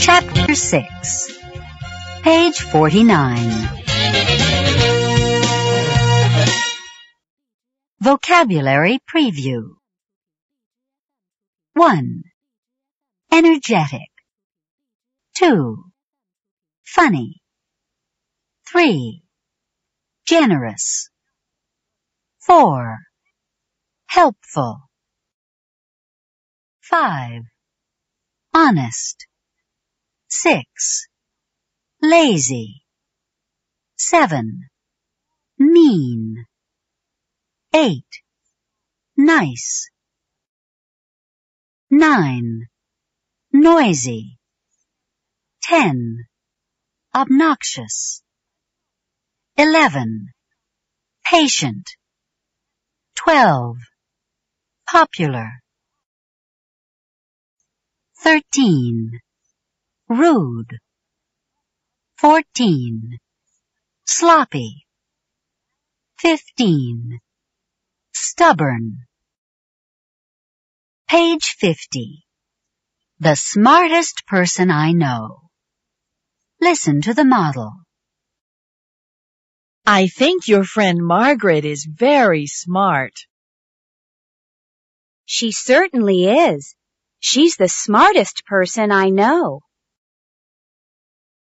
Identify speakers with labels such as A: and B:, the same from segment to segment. A: Chapter 6. Page 49. Vocabulary Preview 1. Energetic 2. Funny 3. Generous 4. Helpful 5. Honest 6. Lazy 7. Mean 8. Nice 9. Noisy 10. Obnoxious 11. Patient 12. Popular 13. Rude. 14. Sloppy. 15. Stubborn. Page 50. The smartest person I know. Listen to the model.
B: I think your friend Margaret is very smart.
C: She certainly is. She's the smartest person I know.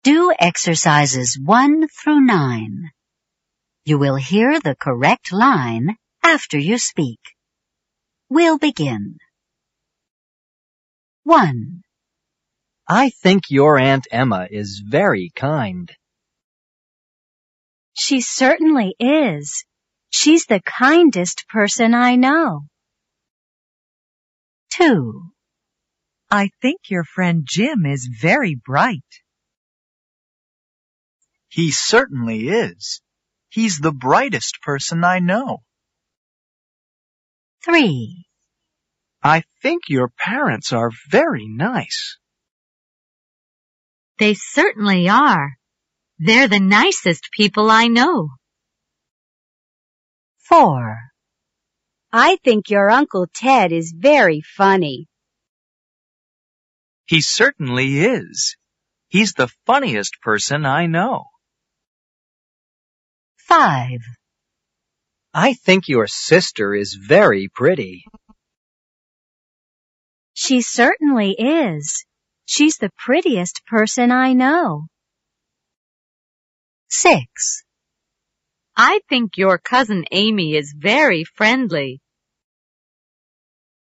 A: Do exercises 1 through 9. You will hear the correct line after you speak. We'll begin. 1.
D: I think your Aunt Emma is very kind.
C: She certainly is. She's the kindest person I know.
A: 2.
B: I think your friend Jim is very bright.
E: He certainly is. He's the brightest person I know.
A: 3.
E: I think your parents are very nice.
C: They certainly are. They're the nicest people I know.
A: 4.
C: I think your Uncle Ted is very funny.
E: He certainly is. He's the funniest person I know.
A: 5.
D: I think your sister is very pretty.
C: She certainly is. She's the prettiest person I know.
A: 6.
C: I think your cousin Amy is very friendly.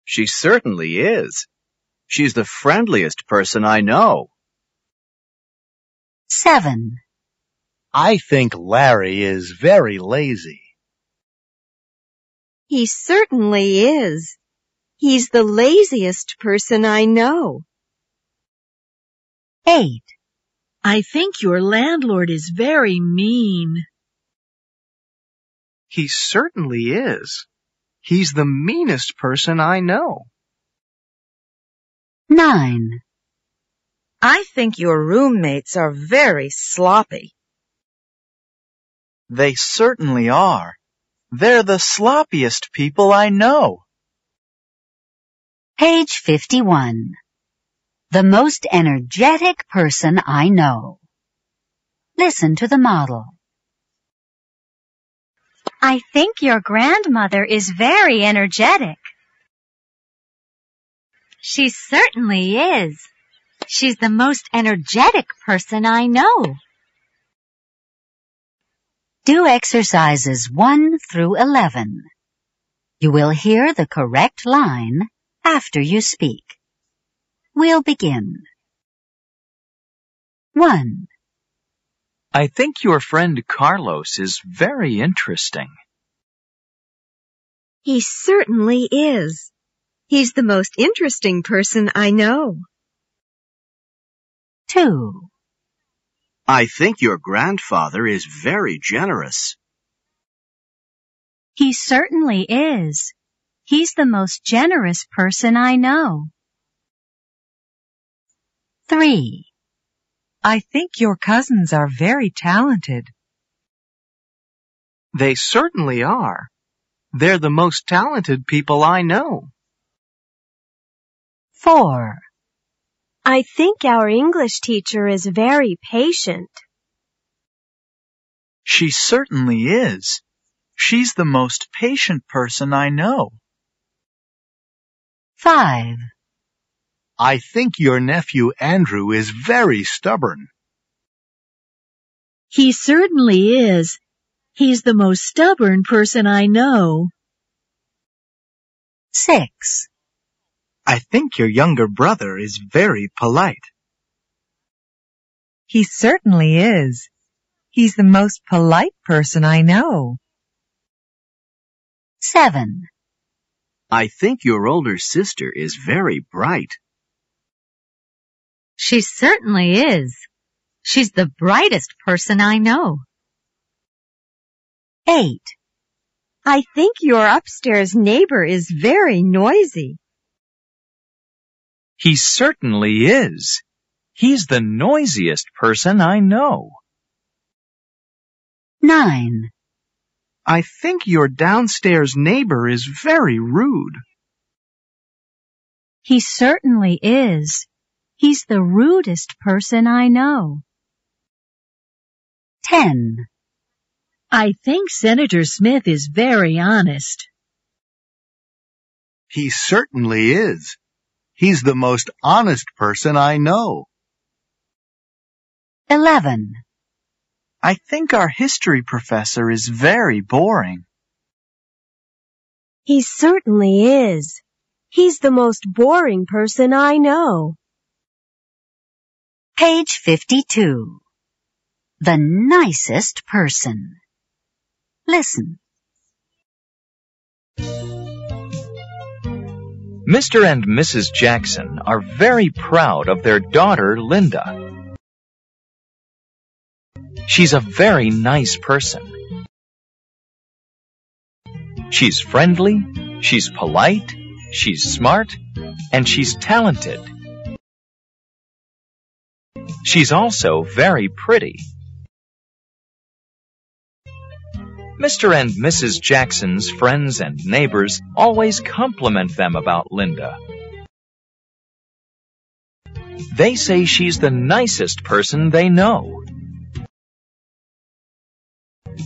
F: She certainly is. She's the friendliest person I know.
A: 7.
F: I think Larry is very lazy.
C: He certainly is. He's the laziest person I know.
A: 8.
B: I think your landlord is very mean.
E: He certainly is. He's the meanest person I know.
A: 9.
B: I think your roommates are very sloppy.
E: They certainly are. They're the sloppiest people I know.
A: Page 51. The most energetic person I know. Listen to the model.
C: I think your grandmother is very energetic. She certainly is. She's the most energetic person I know.
A: Do exercises 1 through 11. You will hear the correct line after you speak. We'll begin. 1.
E: I think your friend Carlos is very interesting.
C: He certainly is. He's the most interesting person I know.
A: 2.
F: I think your grandfather is very generous.
C: He certainly is. He's the most generous person I know.
A: 3.
B: I think your cousins are very talented.
E: They certainly are. They're the most talented people I know.
A: 4.
G: I think our English teacher is very patient.
E: She certainly is. She's the most patient person I know.
A: 5.
F: I think your nephew Andrew is very stubborn.
H: He certainly is. He's the most stubborn person I know.
A: 6.
E: I think your younger brother is very polite.
B: He certainly is. He's the most polite person I know.
A: 7.
F: I think your older sister is very bright.
C: She certainly is. She's the brightest person I know.
A: 8.
G: I think your upstairs neighbor is very noisy.
E: He certainly is. He's the noisiest person I know.
A: 9.
E: I think your downstairs neighbor is very rude.
H: He certainly is. He's the rudest person I know.
A: 10.
H: I think Senator Smith is very honest.
F: He certainly is. He's the most honest person I know.
A: 11.
E: I think our history professor is very boring.
G: He certainly is. He's the most boring person I know.
A: Page 52. The nicest person. Listen.
E: Mr. and Mrs. Jackson are very proud of their daughter, Linda. She's a very nice person. She's friendly, she's polite, she's smart, and she's talented. She's also very pretty. Mr. and Mrs. Jackson's friends and neighbors always compliment them about Linda. They say she's the nicest person they know.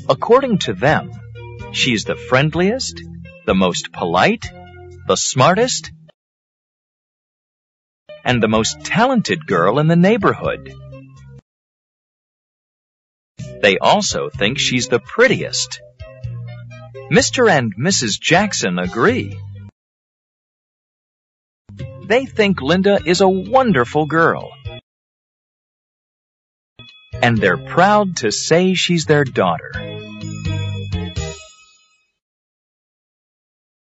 E: According to them, she's the friendliest, the most polite, the smartest, and the most talented girl in the neighborhood. They also think she's the prettiest. Mr. and Mrs. Jackson agree. They think Linda is a wonderful girl. And they're proud to say she's their daughter.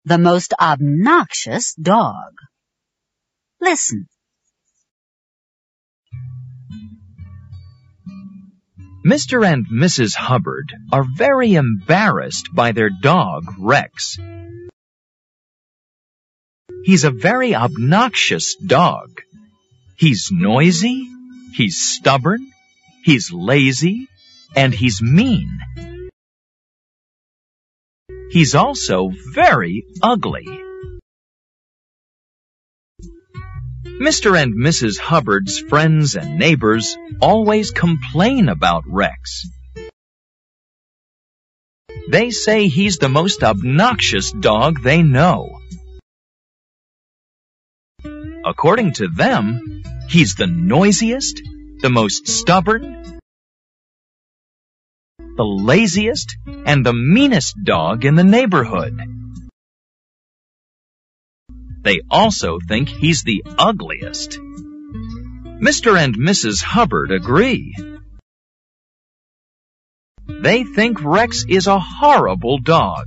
A: The most obnoxious dog. Listen.
E: Mr. and Mrs. Hubbard are very embarrassed by their dog, Rex. He's a very obnoxious dog. He's noisy, he's stubborn, he's lazy, and he's mean. He's also very ugly. Mr. and Mrs. Hubbard's friends and neighbors always complain about Rex. They say he's the most obnoxious dog they know. According to them, he's the noisiest, the most stubborn, the laziest, and the meanest dog in the neighborhood. They also think he's the ugliest. Mr. and Mrs. Hubbard agree. They think Rex is a horrible dog,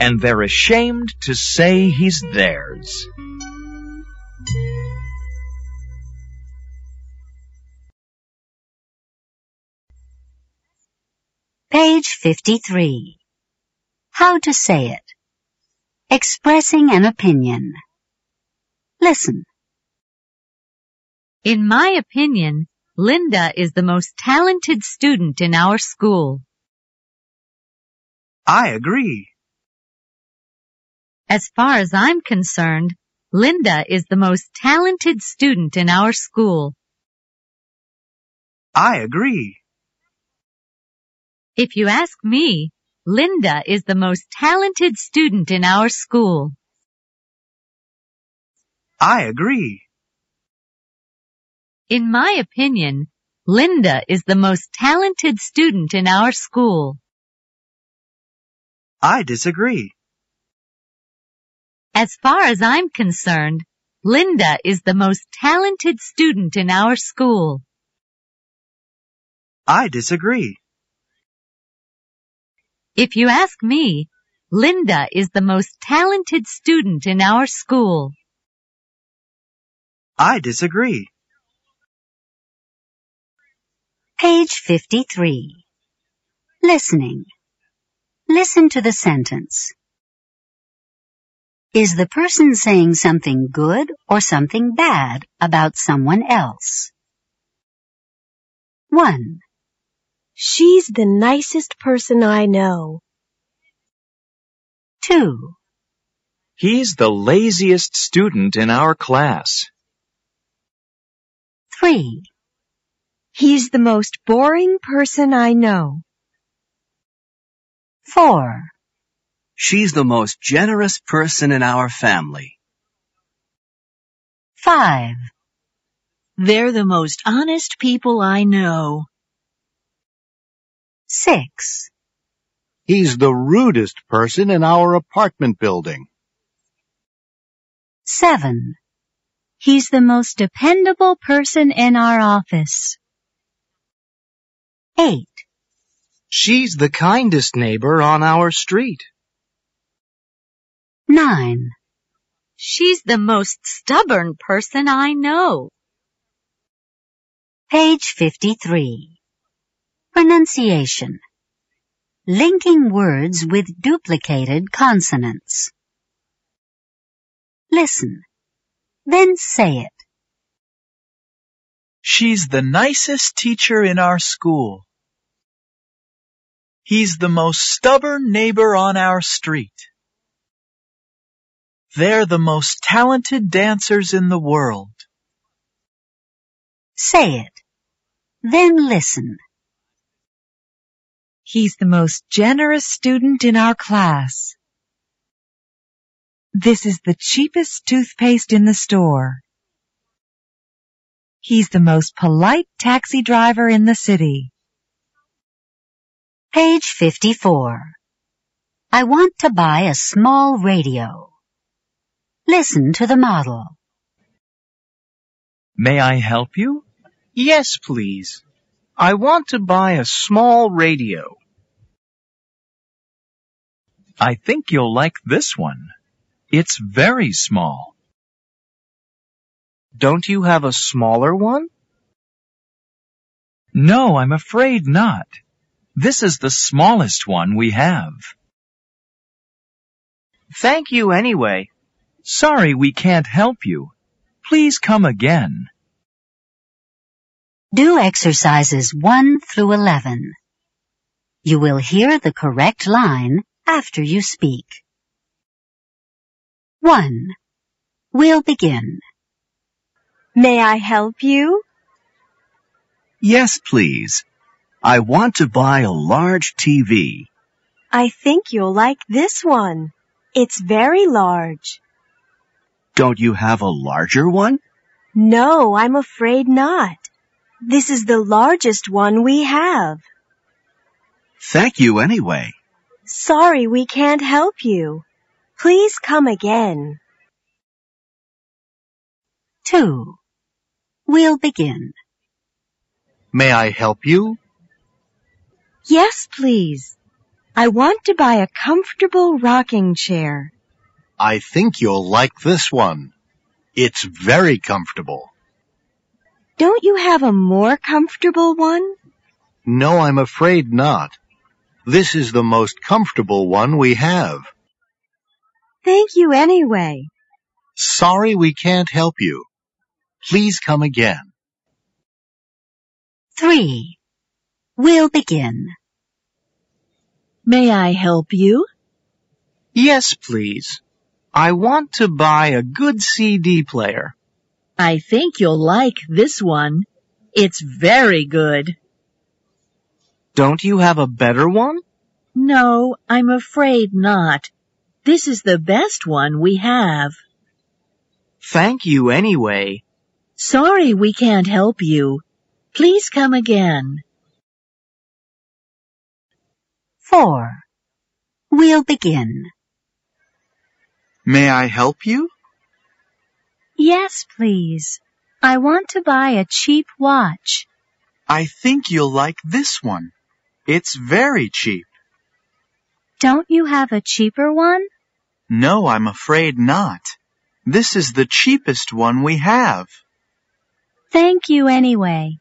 E: and they're ashamed to say he's theirs.
A: Page 53. How to say it. Expressing an opinion. Listen.
C: In my opinion, Linda is the most talented student in our school.
E: I agree.
C: As far as I'm concerned, Linda is the most talented student in our school.
F: I agree.
C: If you ask me, Linda is the most talented student in our school.
F: I agree.
C: In my opinion, Linda is the most talented student in our school.
F: I disagree.
C: As far as I'm concerned, Linda is the most talented student in our school.
F: I disagree.
C: If you ask me, Linda is the most talented student in our school.
F: I disagree.
A: Page 53. Listening. Listen to the sentence. Is the person saying something good or something bad about someone else? 1,
G: She's the nicest person I know.
A: 2,
E: He's the laziest student in our class.
A: 3,
B: He's the most boring person I know.
A: 4,
F: She's the most generous person in our family.
A: 5,
I: They're the most honest people I know.
A: 6,
J: He's the rudest person in our apartment building.
A: 7,
H: He's the most dependable person in our office.
A: 8,
D: She's the kindest neighbor on our street.
A: 9,
C: She's the most stubborn person I know.
A: Page 53. Pronunciation. Linking words with duplicated consonants. Listen. Then say it.
K: She's the nicest teacher in our school. He's the most stubborn neighbor on our street. They're the most talented dancers in the world.
A: Say it. Then listen.
B: He's the most generous student in our class. This is the cheapest toothpaste in the store. He's the most polite taxi driver in the city.
A: Page 54. I want to buy a small radio. Listen to the model.
E: May I help you?
D: Yes, please. I want to buy a small radio.
E: I think you'll like this one. It's very small.
D: Don't you have a smaller one?
E: No, I'm afraid not. This is the smallest one we have.
D: Thank you anyway.
E: Sorry we can't help you. Please come again.
A: Do exercises 1 through 11. You will hear the correct line after you speak. 1. We'll begin.
G: May I help you?
F: Yes, please. I want to buy a large TV.
G: I think you'll like this one. It's very large.
F: Don't you have a larger one?
G: No, I'm afraid not. This is the largest one we have.
F: Thank you anyway.
G: Sorry we can't help you. Please come again.
A: 2. We'll begin.
J: May I help you?
B: Yes, please. I want to buy a comfortable rocking chair.
J: I think you'll like this one. It's very comfortable.
B: Don't you have a more comfortable one?
J: No, I'm afraid not. This is the most comfortable one we have.
B: Thank you anyway.
J: Sorry we can't help you. Please come again.
A: 3. We'll begin.
I: May I help you?
D: Yes, please.
K: I want to buy a good CD player.
I: I think you'll like this one. It's very good.
K: Don't you have a better one?
I: No, I'm afraid not. This is the best one we have.
K: Thank you anyway.
I: Sorry we can't help you. Please come again.
A: 4. We'll begin.
K: May I help you?
H: Yes, please. I want to buy a cheap watch.
K: I think you'll like this one. It's very cheap.
H: Don't you have a cheaper one?
K: No, I'm afraid not. This is the cheapest one we have.
H: Thank you anyway.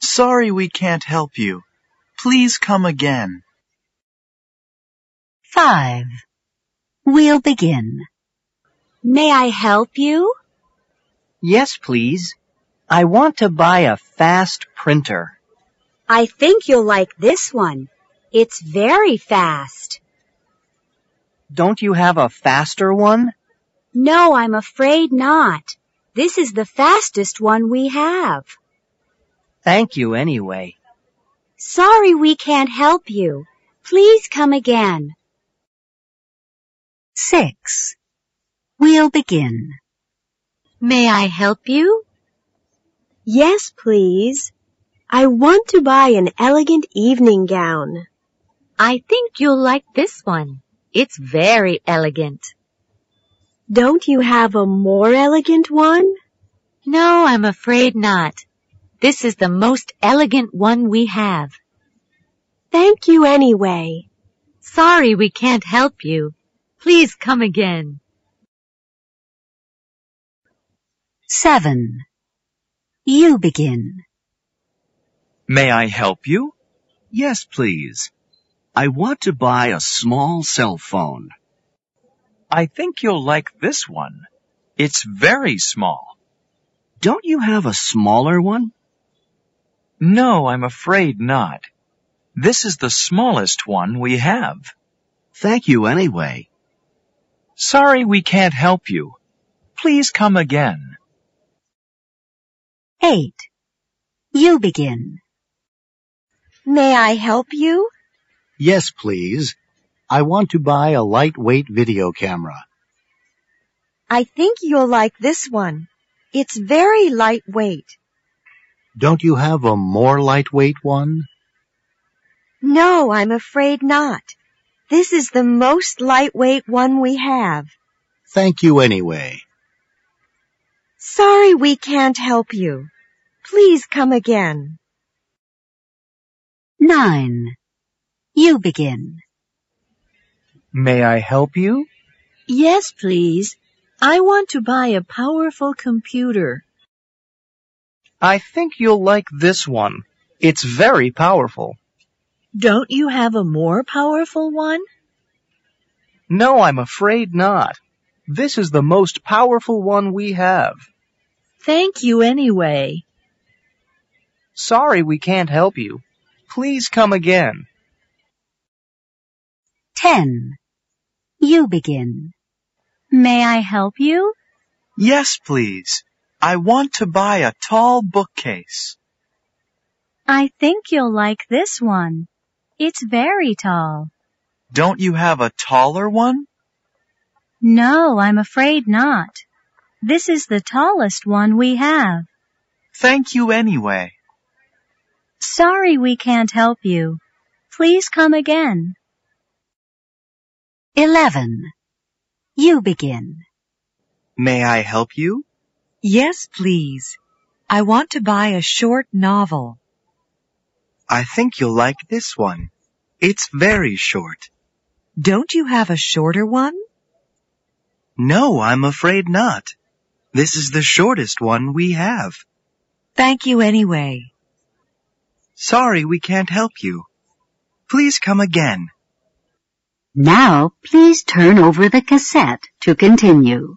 K: Sorry we can't help you. Please come again.
A: 5. We'll begin.
G: May I help you?
D: Yes, please. I want to buy a fast printer.
G: I think you'll like this one. It's very fast.
D: Don't you have a faster one?
G: No, I'm afraid not. This is the fastest one we have.
D: Thank you anyway.
G: Sorry we can't help you. Please come again.
A: 6. We'll begin.
C: May I help you?
G: Yes, please. I want to buy an elegant evening gown.
C: I think you'll like this one. It's very elegant.
G: Don't you have a more elegant one?
C: No, I'm afraid not. This is the most elegant one we have.
G: Thank you anyway.
C: Sorry we can't help you. Please come again.
A: 7. You begin.
E: May I help you?
F: Yes, please. I want to buy a small cell phone.
E: I think you'll like this one. It's very small.
F: Don't you have a smaller one?
E: No, I'm afraid not. This is the smallest one we have.
F: Thank you anyway.
E: Sorry we can't help you. Please come again.
A: 8. You begin.
B: May I help you?
J: Yes, please. I want to buy a lightweight video camera.
B: I think you'll like this one. It's very lightweight.
J: Don't you have a more lightweight one?
B: No, I'm afraid not. This is the most lightweight one we have.
J: Thank you anyway.
B: Sorry we can't help you. Please come again.
A: 9. You begin.
D: May I help you?
I: Yes, please. I want to buy a powerful computer.
D: I think you'll like this one. It's very powerful.
I: Don't you have a more powerful one?
D: No, I'm afraid not. This is the most powerful one we have.
I: Thank you anyway.
D: Sorry we can't help you. Please come again.
A: 10. You begin.
H: May I help you?
K: Yes, please. I want to buy a tall bookcase.
H: I think you'll like this one. It's very tall.
K: Don't you have a taller one?
H: No, I'm afraid not. This is the tallest one we have.
K: Thank you anyway.
H: Sorry we can't help you. Please come again.
A: 11. You begin.
K: May I help you?
I: Yes, please. I want to buy a short novel.
K: I think you'll like this one. It's very short.
I: Don't you have a shorter one?
K: No, I'm afraid not. This is the shortest one we have.
I: Thank you anyway.
K: Sorry we can't help you. Please come again.
A: Now please turn over the cassette to continue.